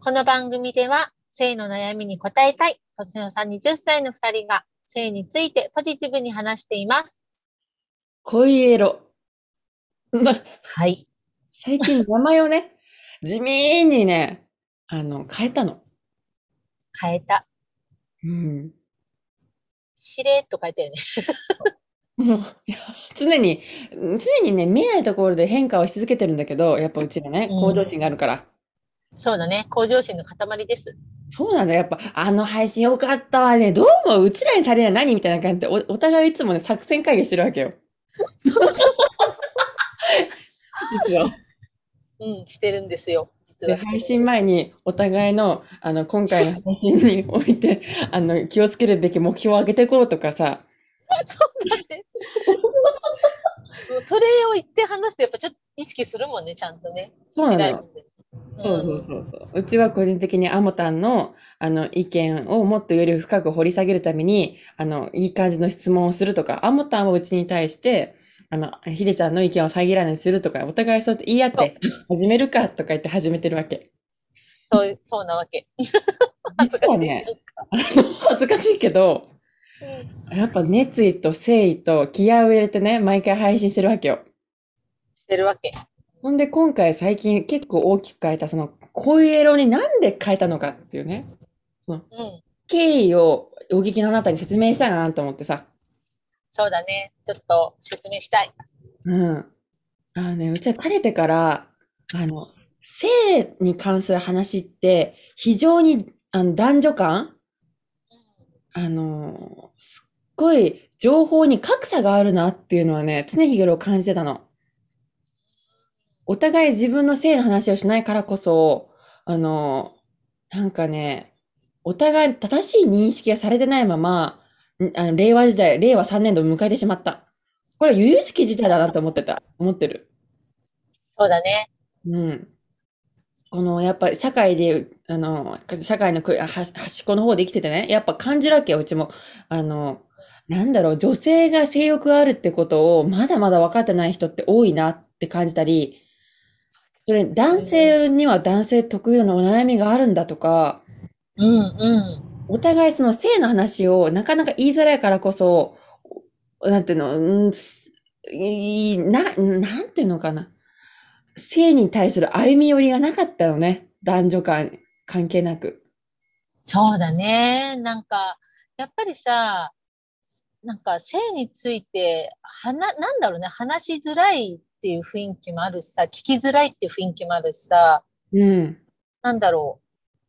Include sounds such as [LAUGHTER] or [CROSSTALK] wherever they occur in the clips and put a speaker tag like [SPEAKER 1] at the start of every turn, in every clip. [SPEAKER 1] この番組では、性の悩みに答えたい、年の差20歳の2人が、性についてポジティブに話しています。
[SPEAKER 2] 恋
[SPEAKER 1] [LAUGHS]
[SPEAKER 2] エロ。な
[SPEAKER 1] はい。
[SPEAKER 2] 最近名前をね、 [LAUGHS] 地味にね、あの、変えたの。
[SPEAKER 1] 変えた。
[SPEAKER 2] うん。
[SPEAKER 1] しれっと変えたよね。
[SPEAKER 2] もう、いや常に、常にね、見えないところで変化をし続けてるんだけど、やっぱうちらね、
[SPEAKER 1] うん
[SPEAKER 2] 向上心があるから。
[SPEAKER 1] そうだね。向上心の塊です。
[SPEAKER 2] そうなんだ、やっぱ、あの配信よかったわね。どうもうちらに足りない何みたいな感じで、お、お互いいつもね、作戦会議してるわけよ。
[SPEAKER 1] そうそう
[SPEAKER 2] [LAUGHS] 実は。
[SPEAKER 1] うん、してるんですよ。実
[SPEAKER 2] で
[SPEAKER 1] は。
[SPEAKER 2] 配信前にお互いの、あの、今回の配信において、 [LAUGHS] あの、気をつけるべき目標を上げていこうとかさ、
[SPEAKER 1] そうなんです。 [LAUGHS] もうそれを言って話して、やっぱちょっと意識するもんね、ちゃんとね。
[SPEAKER 2] そうなの
[SPEAKER 1] 偉い
[SPEAKER 2] よ
[SPEAKER 1] もんね
[SPEAKER 2] そうそうそうそう。うちは個人的にアモタンの、あの、意見をもっとより深く掘り下げるために、あの、いい感じの質問をするとか、アモタンをうちに対して、あの、ヒデちゃんの意見を遮らないようにするとか、お互いそうやって言い合って、始めるかとか言って始めてるわけ。
[SPEAKER 1] そう、そうなわけ。恥ず
[SPEAKER 2] 実
[SPEAKER 1] か
[SPEAKER 2] は
[SPEAKER 1] しい。
[SPEAKER 2] ね、恥ずかしいけど、
[SPEAKER 1] うん
[SPEAKER 2] やっぱ熱意と誠意と気合を入れてね、毎回配信してるわけよ。
[SPEAKER 1] してるわけ。
[SPEAKER 2] そんで今回最近結構大きく変えた、その、恋エロになんで変えたのかっていうね。
[SPEAKER 1] うん。
[SPEAKER 2] 経緯をお聞きのあなたに説明したいなと思ってさ。
[SPEAKER 1] そうだね。ちょっと説明したい。
[SPEAKER 2] うん。あのね、うちは垂れてから、あの、性に関する話って、非常にあの男女間、あの、すっごい情報に格差があるなっていうのはね、常日頃感じてたの。お互い自分の性の話をしないからこそ、あの、なんかね、お互い正しい認識がされてないまま、んあの令和時代、令和3年度を迎えてしまった。これは由々しき事態だなって思ってた。思ってる。
[SPEAKER 1] そうだね。
[SPEAKER 2] うん。この、やっぱ社会で、あの、社会のくは端っこの方で生きててね、やっぱ感じるわけよ、うちも。あの、なんだろう、女性が性欲があるってことを、まだまだ分かってない人って多いなって感じたり、それ、男性には男性特有のお悩みがあるんだとか、
[SPEAKER 1] うんうん。
[SPEAKER 2] お互いその性の話をなかなか言いづらいからこそ、なんていうの、うんすいいな、なんていうのかな。性に対する歩み寄りがなかったのね。男女間関係なく。
[SPEAKER 1] そうだね。なんか、やっぱりさ、なんか性について、はな、なんだろうね、話しづらいっていう雰囲気もあるしさ、聞きづらいっていう雰囲気もあるしさ、
[SPEAKER 2] うん。
[SPEAKER 1] なんだろ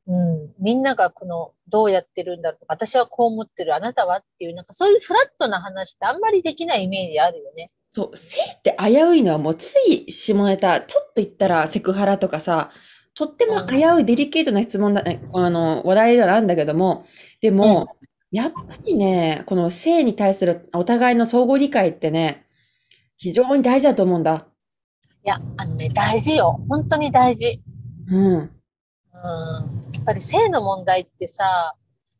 [SPEAKER 1] う。うん。みんながこの、どうやってるんだとか、私はこう思ってる、あなたはっていう、なんかそういうフラットな話ってあんまりできないイメージあるよね。
[SPEAKER 2] そう、性って危ういのはもうつい下ネタ、ちょっと言ったらセクハラとかさ、とっても危ういデリケートな質問だ、えあの、話題ではあるんだけども、でも、やっぱりね、この性に対するお互いの相互理解ってね、非常に大事だと思うんだ。
[SPEAKER 1] いや、あのね、大事よ。本当に大事。
[SPEAKER 2] うん。
[SPEAKER 1] うん。やっぱり性の問題ってさ、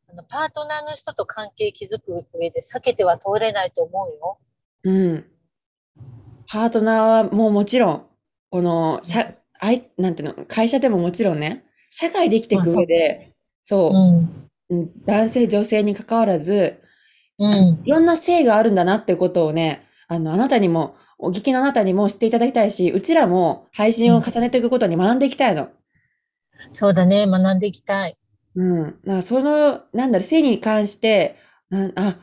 [SPEAKER 1] あのパートナーの人と関係築く上で避けては通れないと思うよ。
[SPEAKER 2] うん。パートナーはもうもちろん、この、社、あい、なんていうの、会社でももちろんね、社会で生きていく上で、そうう、
[SPEAKER 1] ん。
[SPEAKER 2] うん男性、女性に関わらず、
[SPEAKER 1] うん。
[SPEAKER 2] いろんな性があるんだなってことをね、あの、あなたにも、お聞きのあなたにも知っていただきたいし、うちらも配信を重ねていくことに学んでいきたいの。
[SPEAKER 1] そうだね。学んでいきたい。
[SPEAKER 2] うん。だからその、なんだろう、性に関して、なんあ、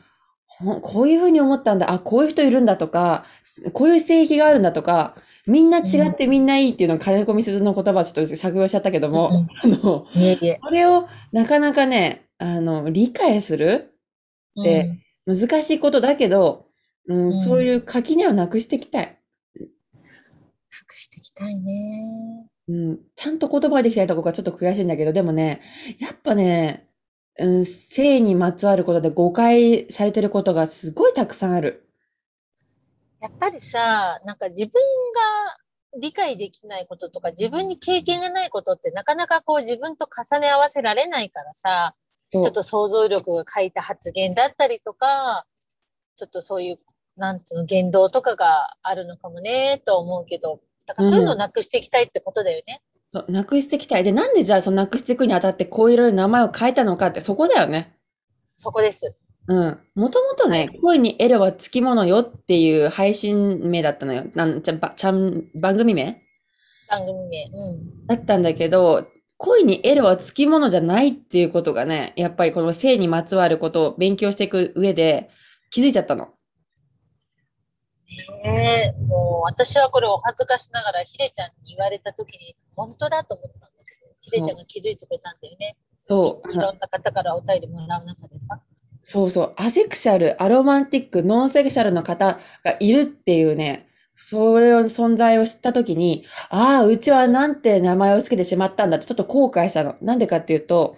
[SPEAKER 2] ほこういうふうに思ったんだ、あ、こういう人いるんだとか、こういう性癖があるんだとか、みんな違ってみんないいっていうのを金子みすずの言葉をちょっと借用しちゃったけども、 [LAUGHS] あの、
[SPEAKER 1] うんいえいえ。
[SPEAKER 2] それをなかなかね、あの、理解するで
[SPEAKER 1] うん
[SPEAKER 2] 難しいことだけど、うん
[SPEAKER 1] ん
[SPEAKER 2] そういう垣根をなくしていきたい。
[SPEAKER 1] 隠していきたいね。
[SPEAKER 2] うん、ちゃんと言葉できないとこがちょっと悔しいんだけど、でもね、やっぱね、うん、性にまつわることで誤解されてることがすごいたくさんある。
[SPEAKER 1] やっぱりさ、なんか自分が理解できないこととか、自分に経験がないことってなかなかこう自分と重ね合わせられないからさ、
[SPEAKER 2] そう。
[SPEAKER 1] ちょっと想像力が欠いた発言だったりとか、ちょっとそういう、なんつうの、言動とかがあるのかもね、と思うけど、だからそういうのをなくしていきたいってことだよね。
[SPEAKER 2] そう、なくしていきたい。で、なんでじゃあ、そのなくしていくにあたって、こういろいろ名前を変えたのかって、そこだよね。
[SPEAKER 1] そこです。
[SPEAKER 2] うん。もともとね、恋にエロはつきものよっていう配信名だったのよ。なんちゃばちゃん番組名
[SPEAKER 1] 番組名。うん。
[SPEAKER 2] だったんだけど、恋にエロはつきものじゃないっていうことがね、やっぱりこの性にまつわることを勉強していく上で気づいちゃったの。
[SPEAKER 1] ええもう私はこれお恥ずかしながらヒデちゃんに言われた時に、本当だと思ったんだけど、ヒデちゃんが気づいてくれたんだよね。
[SPEAKER 2] そう。
[SPEAKER 1] いろんな方からお便りもらう中でさ。
[SPEAKER 2] そうそう、アセクシャル、アロマンティック、ノンセクシャルの方がいるっていうね、それを存在を知ったときに、ああ、うちはなんて名前をつけてしまったんだってちょっと後悔したの。なんでかっていうと、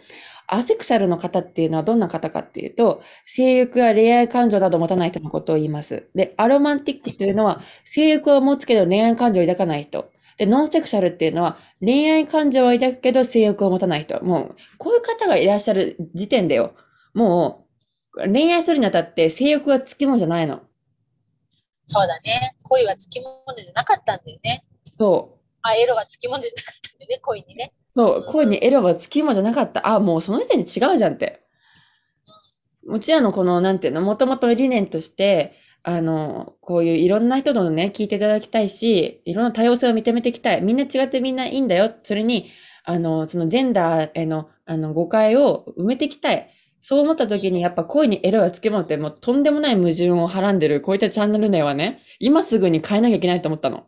[SPEAKER 2] アセクシャルの方っていうのはどんな方かっていうと、性欲や恋愛感情などを持たない人のことを言います。で、アロマンティックというのは、性欲を持つけど恋愛感情を抱かない人。で、ノンセクシャルっていうのは、恋愛感情を抱くけど性欲を持たない人。もう、こういう方がいらっしゃる時点だよ。もう、恋愛するにあたって性欲がつきものじゃないの。
[SPEAKER 1] そうだね。恋はつきものじゃなかったんだよね。
[SPEAKER 2] そう。
[SPEAKER 1] あ、エロはつきものじゃなかったんだよね、恋にね。
[SPEAKER 2] そう
[SPEAKER 1] う。ん
[SPEAKER 2] 恋にエロはつきものじゃなかった。あ、もうその時点で違うじゃんって。うちらのこの、なんていうの、もともと理念として、あの、こういういろんな人のね、聞いていただきたいし、いろんな多様性を認めていきたい。みんな違ってみんないいんだよ。それに、あの、そのジェンダーへの、あの、誤解を埋めていきたい。そう思った時に、やっぱ恋にエロはつきものって、もうとんでもない矛盾をはらんでる、こういったチャンネル名はね、今すぐに変えなきゃいけないと思ったの。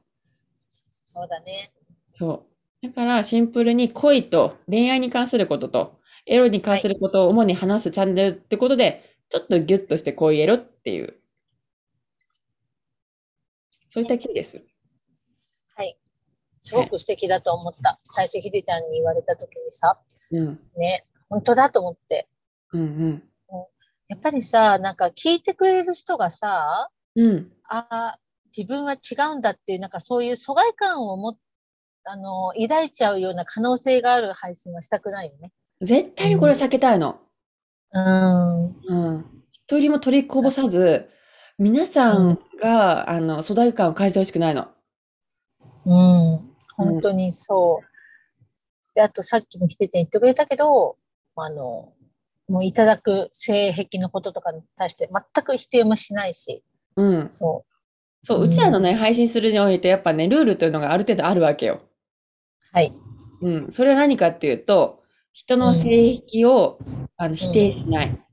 [SPEAKER 1] そうだね。
[SPEAKER 2] そう。だからシンプルに恋と恋愛に関することとエロに関することを主に話すチャンネルってことで、ちょっとギュッとして恋エロっていう。そういった経緯です。
[SPEAKER 1] はい。すごく素敵だと思った。最初、ヒデちゃんに言われた時にさ、
[SPEAKER 2] うん。
[SPEAKER 1] ね、本当だと思って。
[SPEAKER 2] うんうん。
[SPEAKER 1] やっぱりさ、なんか聞いてくれる人がさ、
[SPEAKER 2] うん。
[SPEAKER 1] ああ、自分は違うんだっていう、なんかそういう疎外感をも、あの、抱いちゃうような可能性がある配信はしたくないよね。
[SPEAKER 2] 絶対にこれ避けたいの。
[SPEAKER 1] うん。
[SPEAKER 2] うん。一人も取りこぼさず、皆さんが、あの、疎外感を感じてほしくないの。
[SPEAKER 1] うん。本当にそう。で、あとさっきもヒデちゃん言ってくれたけど、あの、もういただく性癖のこととかに対して全く否定もしないし、
[SPEAKER 2] うん。
[SPEAKER 1] そう。
[SPEAKER 2] そう、うちらのね、配信するにおいて、やっぱね、ルールというのがある程度あるわけよ。
[SPEAKER 1] はい。
[SPEAKER 2] うん、それは何かっていうと、人の性癖を、あの否定しない、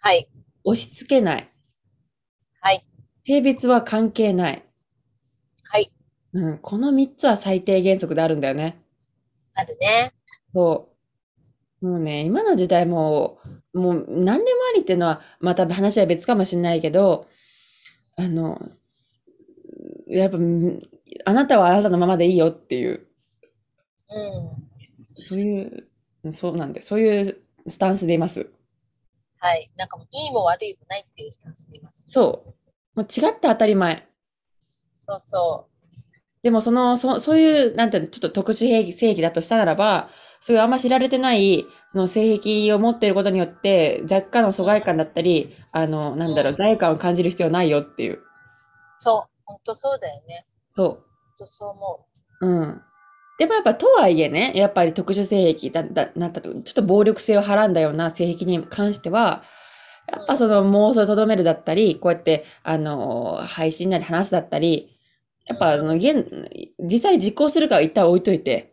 [SPEAKER 1] はい。
[SPEAKER 2] 押し付けない、
[SPEAKER 1] はい。
[SPEAKER 2] 性別は関係ない。
[SPEAKER 1] はい。
[SPEAKER 2] うん、この3つは最低原則であるんだよね。
[SPEAKER 1] あるね。
[SPEAKER 2] そう。もうね、今の時代もう、もう何でもありっていうのは、また話は別かもしれないけど、あの、やっぱ、うんあなたはあなたのままでいいよっていう、
[SPEAKER 1] うん。
[SPEAKER 2] そういう、そうなんで、そういうスタンスでいます。
[SPEAKER 1] はい。なんかもう、いいも悪いもないっていうスタンスでいます。
[SPEAKER 2] そう。もう違った当たり前。
[SPEAKER 1] そうそ
[SPEAKER 2] でもその、そそういう、なんていうの、ちょっと特殊兵器性癖だとしたならば、そういうあんま知られてない、その性癖を持っていることによって、若干の疎外感だったり、あの、なんだろう、
[SPEAKER 1] うん
[SPEAKER 2] 罪悪感を感じる必要ないよっていう。
[SPEAKER 1] う。そう。ほんとそうだよね。
[SPEAKER 2] そ
[SPEAKER 1] ほんとそう思
[SPEAKER 2] う。うん。でもやっぱとはいえね、やっぱり特殊性癖だ、だ、なったと、ちょっと暴力性をはらんだような性癖に関しては、やっぱその妄想をとどめるだったり、こうやって、あの、配信内で話すだったり、やっぱその現、実際実行するかは一旦置いといて、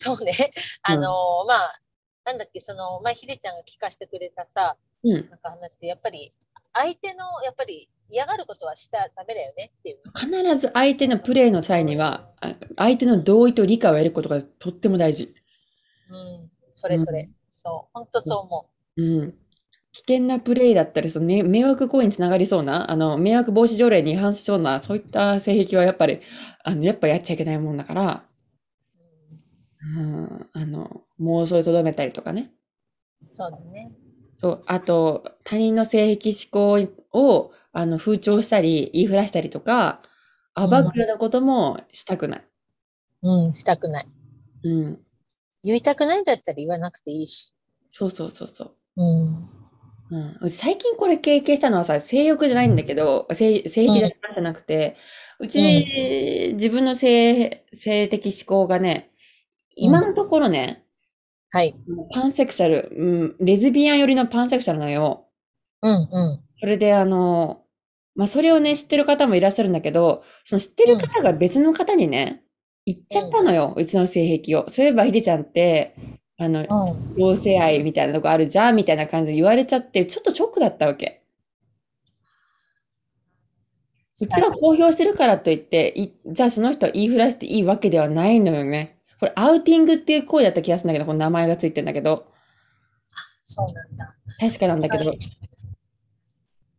[SPEAKER 1] う。そうね。あのーまあ、なんだっけ、その、まあ、ひでちゃんが聞かせてくれたさ、
[SPEAKER 2] うん。
[SPEAKER 1] なんか話で、やっぱり、相手の、やっぱり、嫌がることはしたらダメだよねっていう。
[SPEAKER 2] 必ず相手のプレイの際には、あ相手の同意と理解を得ることがとっても大事。
[SPEAKER 1] うん。それそれ。そう。ほんとそう思
[SPEAKER 2] うん。危険なプレイだったり、そのね、迷惑行為につながりそうな、あの、迷惑防止条例に違反しそうな、そういった性癖はやっぱり、あの、やっぱやっちゃいけないもんだから、
[SPEAKER 1] う。うん
[SPEAKER 2] うん、あの、妄想をとどめたりとかね。
[SPEAKER 1] そうだね。
[SPEAKER 2] そう、あと、他人の性癖嗜好を、あの、風潮したり、言いふらしたりとか、暴くようなこともしたくない。
[SPEAKER 1] うん、したくない。
[SPEAKER 2] うん。
[SPEAKER 1] 言いたくないんだったら言わなくていいし。
[SPEAKER 2] そうそうそうそう。
[SPEAKER 1] うん。
[SPEAKER 2] うん、うち最近これ経験したのはさ、性欲じゃないんだけど、性、性癖の話じゃなくて、うち、自分の性、性的思考がね、今のところね、
[SPEAKER 1] はい。
[SPEAKER 2] パンセクシャル、うん、レズビアン寄りのパンセクシャルなのよ。
[SPEAKER 1] うんう
[SPEAKER 2] それであの、まあ、それをね、知ってる方もいらっしゃるんだけど、その知ってる方が別の方にね、言っちゃったのよ、うちの性癖を。そういえば、ひでちゃんって、あの、
[SPEAKER 1] ん。うん。
[SPEAKER 2] 同性愛みたいなとこあるじゃんみたいな感じで言われちゃって、ちょっとショックだったわけ。うちが公表してるからといって、いじゃあその人は言いふらしていいわけではないのよね。これ、アウティングっていう行為だった気がするんだけど、この名前がついてんだけど、
[SPEAKER 1] そうなんだ。
[SPEAKER 2] 確かなんだけど、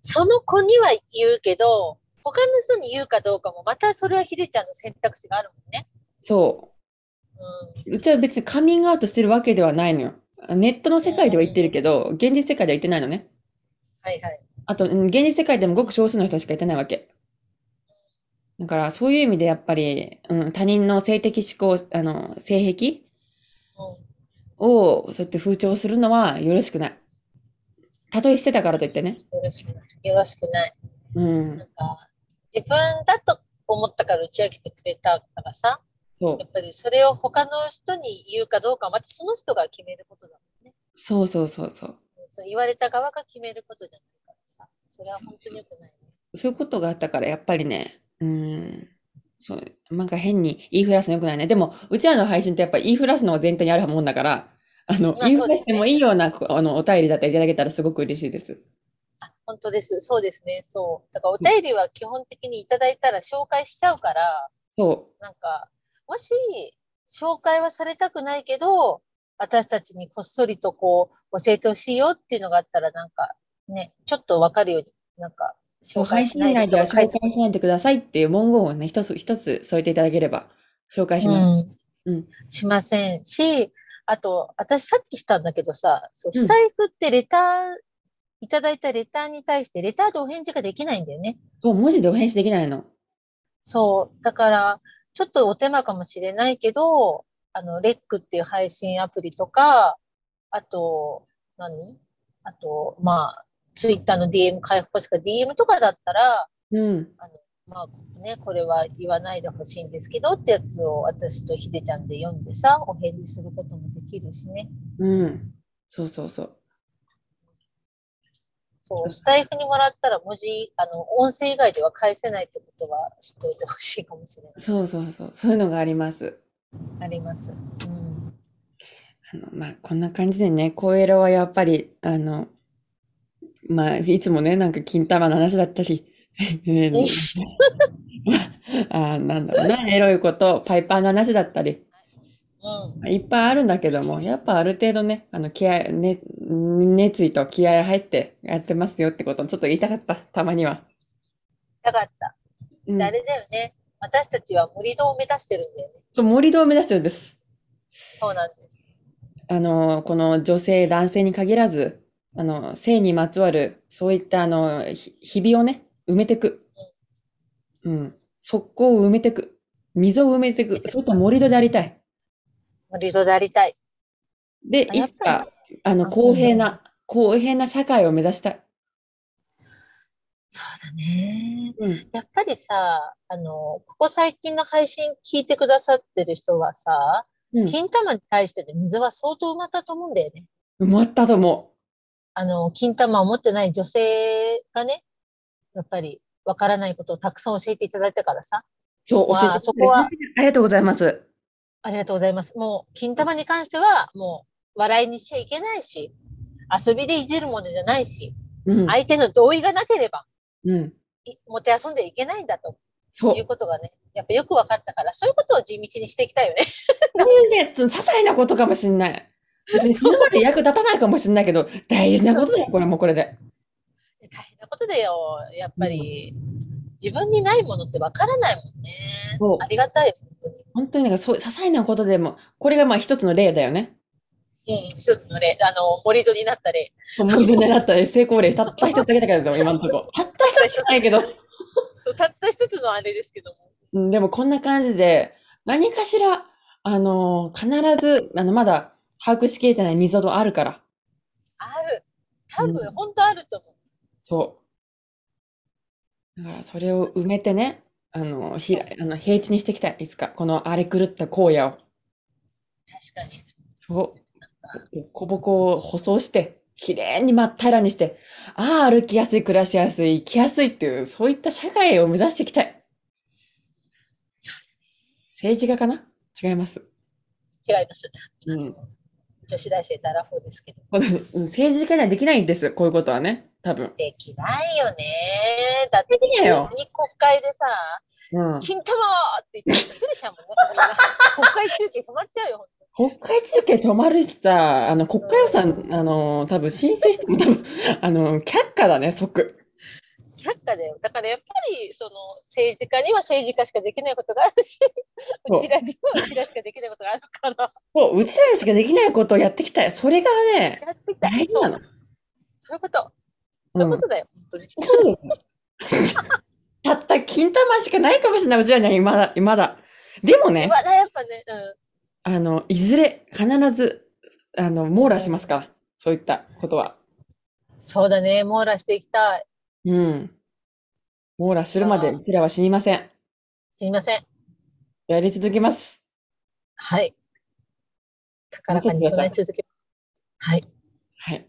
[SPEAKER 1] その子には言うけど、他の人に言うかどうかも、またそれはひでちゃんの選択肢があるもんね。
[SPEAKER 2] そう。
[SPEAKER 1] う
[SPEAKER 2] うちは別にカミングアウトしてるわけではないのよ。ネットの世界では言ってるけど、現実世界では言ってないのね。
[SPEAKER 1] ん。はいはい。
[SPEAKER 2] あと、うん現実世界でもごく少数の人しか言ってないわけ。だから、そういう意味でやっぱり、うん、他人の性的思考、あの、性
[SPEAKER 1] うん。
[SPEAKER 2] 癖を、そうやって風潮するのはよろしくない。たとえしてたからといってね。
[SPEAKER 1] よろしくない。よろしくない。
[SPEAKER 2] うん
[SPEAKER 1] な、んか、自分だと思ったから打ち上げてくれたからさ、
[SPEAKER 2] そう
[SPEAKER 1] や。っぱりそれを他の人に言うかどうかは、またその人が決めることだもんね。
[SPEAKER 2] そうそうそうそう。
[SPEAKER 1] そう言われた側が決めることじゃないからさ、それは本当に良くないね。
[SPEAKER 2] そういうことがあったから、やっぱりね、うん、そう、なんか変に言いふらすのよくないね。でも、うちらの配信ってやっぱ言いふらすのが全体にあるもんだから、あの、
[SPEAKER 1] まあ
[SPEAKER 2] 言いふ
[SPEAKER 1] そう
[SPEAKER 2] ら
[SPEAKER 1] で
[SPEAKER 2] し
[SPEAKER 1] す
[SPEAKER 2] て
[SPEAKER 1] ね
[SPEAKER 2] もいいような、こあの、お便りだったらいただけたらすごく嬉しいです。
[SPEAKER 1] あ本当です。そうですね。そう。だからお便りは基本的にいただいたら紹介しちゃうから、
[SPEAKER 2] そ
[SPEAKER 1] なんか、もし、紹介はされたくないけど、私たちにこっそりとこう、教えてほしいよっていうのがあったら、なんか、ね、ちょっとわかるように、なんか、
[SPEAKER 2] う、そう
[SPEAKER 1] 紹介
[SPEAKER 2] 配
[SPEAKER 1] し
[SPEAKER 2] 信
[SPEAKER 1] ない
[SPEAKER 2] 内では
[SPEAKER 1] と
[SPEAKER 2] 紹
[SPEAKER 1] 書いて
[SPEAKER 2] 介しないでくださいっていう文言をね、一つ一つ添えていただければ、紹介します。
[SPEAKER 1] うん
[SPEAKER 2] うん
[SPEAKER 1] しませんし、あと、私さっきしたんだけどさ、そう
[SPEAKER 2] うん
[SPEAKER 1] スタイフってレター、いただいたレターに対して、レターでお返事ができないんだよね。
[SPEAKER 2] そう、文字でお返事できないの。
[SPEAKER 1] そう。だから、ちょっとお手間かもしれないけど、あの、レックっていう配信アプリとか、あと、何あと、まあ、ツイッターの DM 開放しか DM とかだったら、
[SPEAKER 2] うん。
[SPEAKER 1] まあね、これは言わないでほしいんですけどってやつを私とひでちゃんで読んでさ、お返事することもできるしね。
[SPEAKER 2] うん。そうそうそう。
[SPEAKER 1] そう、スタイフにもらったら文字、あの、音声以外では返せないってことは知っておいてほしいかもしれない。
[SPEAKER 2] そうそうそう。そういうのがあります。
[SPEAKER 1] あります。うん。
[SPEAKER 2] あの、まあ、こんな感じでね、声色はやっぱり、あの、まあ、いつもね、なんか金玉の話だったり、 [LAUGHS] ね
[SPEAKER 1] うん
[SPEAKER 2] [LAUGHS] あーなんだろうな、エロいこと、パイパーの話だったり、
[SPEAKER 1] うん。
[SPEAKER 2] いっぱいあるんだけども、やっぱある程度ね、あの、気合、ね、熱意と気合入ってやってますよってことをちょっと言いたかった、たまには。
[SPEAKER 1] なかった。
[SPEAKER 2] う
[SPEAKER 1] で
[SPEAKER 2] ん
[SPEAKER 1] あ。れだよね。私たちは盛り土を目指してるんだよね。
[SPEAKER 2] そう、盛り土を目指してるんです。
[SPEAKER 1] そうなんです。
[SPEAKER 2] あの、この女性、男性に限らず、あの、性にまつわる、そういった、あの、ひひびをね、埋めてく。うん。側溝を埋めてく。溝を埋めてく。そういった盛り土でありたい。
[SPEAKER 1] 盛り土でありたい。
[SPEAKER 2] で、
[SPEAKER 1] あ
[SPEAKER 2] い
[SPEAKER 1] やっ
[SPEAKER 2] つ
[SPEAKER 1] ぱ
[SPEAKER 2] か、あの、
[SPEAKER 1] あ
[SPEAKER 2] 公平な、公平な社会を目指したい。
[SPEAKER 1] そうだね。
[SPEAKER 2] うん。
[SPEAKER 1] やっぱりさ、あの、ここ最近の配信聞いてくださってる人はさ、
[SPEAKER 2] うん。
[SPEAKER 1] 金玉に対しての水は相当埋まったと思うんだよね。
[SPEAKER 2] 埋まったと思
[SPEAKER 1] あの、金玉を持ってない女性がね、やっぱりわからないことをたくさん教えていただいたからさ、
[SPEAKER 2] う。そう、教えて
[SPEAKER 1] まあ
[SPEAKER 2] くれて
[SPEAKER 1] そこは
[SPEAKER 2] ありがとうございます。
[SPEAKER 1] ありがとうございます。もう、金玉に関しては、もう、笑いにしちゃいけないし、遊びでいじるものじゃないし、
[SPEAKER 2] うん。
[SPEAKER 1] 相手の同意がなければ、
[SPEAKER 2] うん。
[SPEAKER 1] い持て遊んではいけないんだと
[SPEAKER 2] そう。
[SPEAKER 1] いうことがね、やっぱよく分かったから、そういうことを地道にしていきたいよね。 [LAUGHS]
[SPEAKER 2] ね、その些細なことかもしんない。別にそこまで役立たないかもしんないけど、大事なことだよ、これもこれで。
[SPEAKER 1] 大変なことだよ、やっぱり。自分にないものって分からないもんね
[SPEAKER 2] そう。
[SPEAKER 1] ありがたい。本
[SPEAKER 2] 本当になんかそう、些細なことでも、これがまあ一つの例だよね。
[SPEAKER 1] 当にうん、一つの例、あの、盛り土になった例。
[SPEAKER 2] そう、無理だったり、成功例、たった一つだけだけど、今のとこ。たった一つじゃないけど。
[SPEAKER 1] そうたった一つのあれですけども。
[SPEAKER 2] うんでもこんな感じで、何かしら、あのー必ず、あの、まだ把握しきれてない溝があるから。
[SPEAKER 1] ある。多分、
[SPEAKER 2] うん
[SPEAKER 1] 本当あると思う。
[SPEAKER 2] そう。だからそれを埋めてね、あの、ひら、あの平地にしていきたい。いつか、この荒れ狂った荒野を。
[SPEAKER 1] 確かに。
[SPEAKER 2] そう。ボコボコを舗装して、綺麗に真っ平らにして、ああ、歩きやすい、暮らしやすい、生きやすいっていう、そういった社会を目指していきたい。政治家かな違います。
[SPEAKER 1] 違います。
[SPEAKER 2] うん。
[SPEAKER 1] 女子大生ダラフォーですけど。
[SPEAKER 2] そうですうん政治家にはできないんです。こういうことはね。多分。
[SPEAKER 1] できないよね。だって、
[SPEAKER 2] できないよ
[SPEAKER 1] 急に国会でさ、
[SPEAKER 2] うん。
[SPEAKER 1] 金玉って言ってびっくりしちゃうもんね。みんな国会中継止まっちゃうよ。
[SPEAKER 2] 国会中継止まるしさ、あの、国会予算、あの、多分申請しても多分、あの、却下だね、即。
[SPEAKER 1] 却下だよ。だからやっぱり、その、政治家には政治家しかできないことがあるし、
[SPEAKER 2] そう
[SPEAKER 1] うちらにはうちらしかできないことがあるから、
[SPEAKER 2] もう、うちらにしかできないことをやっていきたい。それがね、
[SPEAKER 1] やってきた。
[SPEAKER 2] 大事
[SPEAKER 1] そ
[SPEAKER 2] な
[SPEAKER 1] う
[SPEAKER 2] の。
[SPEAKER 1] そういうこと。そう
[SPEAKER 2] う
[SPEAKER 1] いうんこ。とだよ。本当に。
[SPEAKER 2] そう [LAUGHS] たった金玉しかないかもしれない、うちらには今だ、今だ。でもね、
[SPEAKER 1] まだやっぱね、うん。
[SPEAKER 2] あの、いずれ必ず、あの、網羅しますから、そういったことは。
[SPEAKER 1] そうだね。網羅していきたい。
[SPEAKER 2] うん。網羅するまで、
[SPEAKER 1] あー
[SPEAKER 2] うちらは死にません。
[SPEAKER 1] すみません。
[SPEAKER 2] やり続けます。
[SPEAKER 1] はい。高らかに唱え続けはい。 [LAUGHS]
[SPEAKER 2] はい。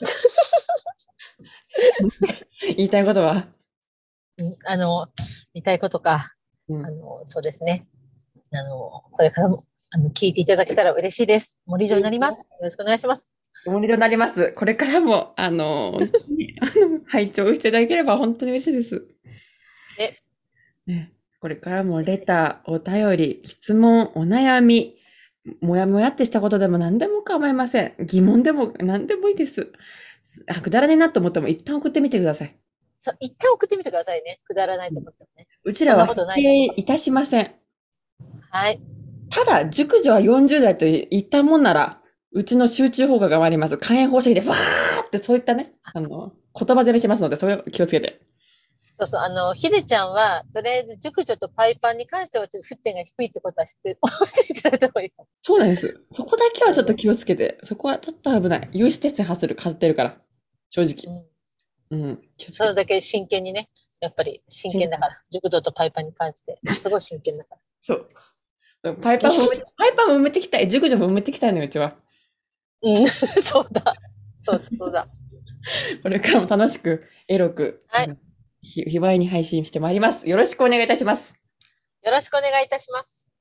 [SPEAKER 2] [LAUGHS] 言いたいことは、
[SPEAKER 1] うんあの、言いたいことか。
[SPEAKER 2] うん
[SPEAKER 1] あの、そうですね。あの、これからも、あの、聞いていただけたら嬉しいです。森以上になります。よろしくお願いします。
[SPEAKER 2] 思い出になります。これからも、あの、本当にあの拝聴していただければ本当に嬉しいです。
[SPEAKER 1] ね
[SPEAKER 2] ねこれからもレター、お便り、質問、お悩み、もやもやってしたことでも何でも構いません。疑問でも何でもいいです。あ、くだらねえなと思っても一旦送ってみてください。
[SPEAKER 1] そう、一回送ってみてくださいね。くだらないと思ってもね。
[SPEAKER 2] うちらは
[SPEAKER 1] そんなこと
[SPEAKER 2] 否
[SPEAKER 1] ない
[SPEAKER 2] 定いたしません。
[SPEAKER 1] はい。
[SPEAKER 2] ただ、熟女は40代と言ったもんなら、うちの集中砲火が回ります。火炎放射器で、わーって、そういったね、あの、言葉攻めしますので、それを気をつけて。
[SPEAKER 1] そうそう、あの、ひでちゃんは、とりあえず、熟女とパイパンに関しては、ちょっと沸点が低いってことは知って、 [LAUGHS] 覚えていただいた方がいい。
[SPEAKER 2] そうなんです。そこだけはちょっと気をつけて、そこはちょっと危ない。有刺鉄線発する、発ってるから。正
[SPEAKER 1] う
[SPEAKER 2] 直。
[SPEAKER 1] ん。
[SPEAKER 2] うん。気をつ
[SPEAKER 1] そ
[SPEAKER 2] け
[SPEAKER 1] れ
[SPEAKER 2] て。
[SPEAKER 1] だけ真剣にね。やっぱり真剣だから。熟女とパイパンに関して。すごい真剣だから。
[SPEAKER 2] そう。パ [LAUGHS] イパンも埋めて、パイパンも埋めてきたい。熟女も埋めてきたいのよ、うちは。
[SPEAKER 1] うん、 [LAUGHS] そうだ。そうそうだ。
[SPEAKER 2] これからも楽しく、エロく、
[SPEAKER 1] はい
[SPEAKER 2] あのひ、卑猥に配信してまいります。よろしくお願いいたします。
[SPEAKER 1] よろしくお願いいたします。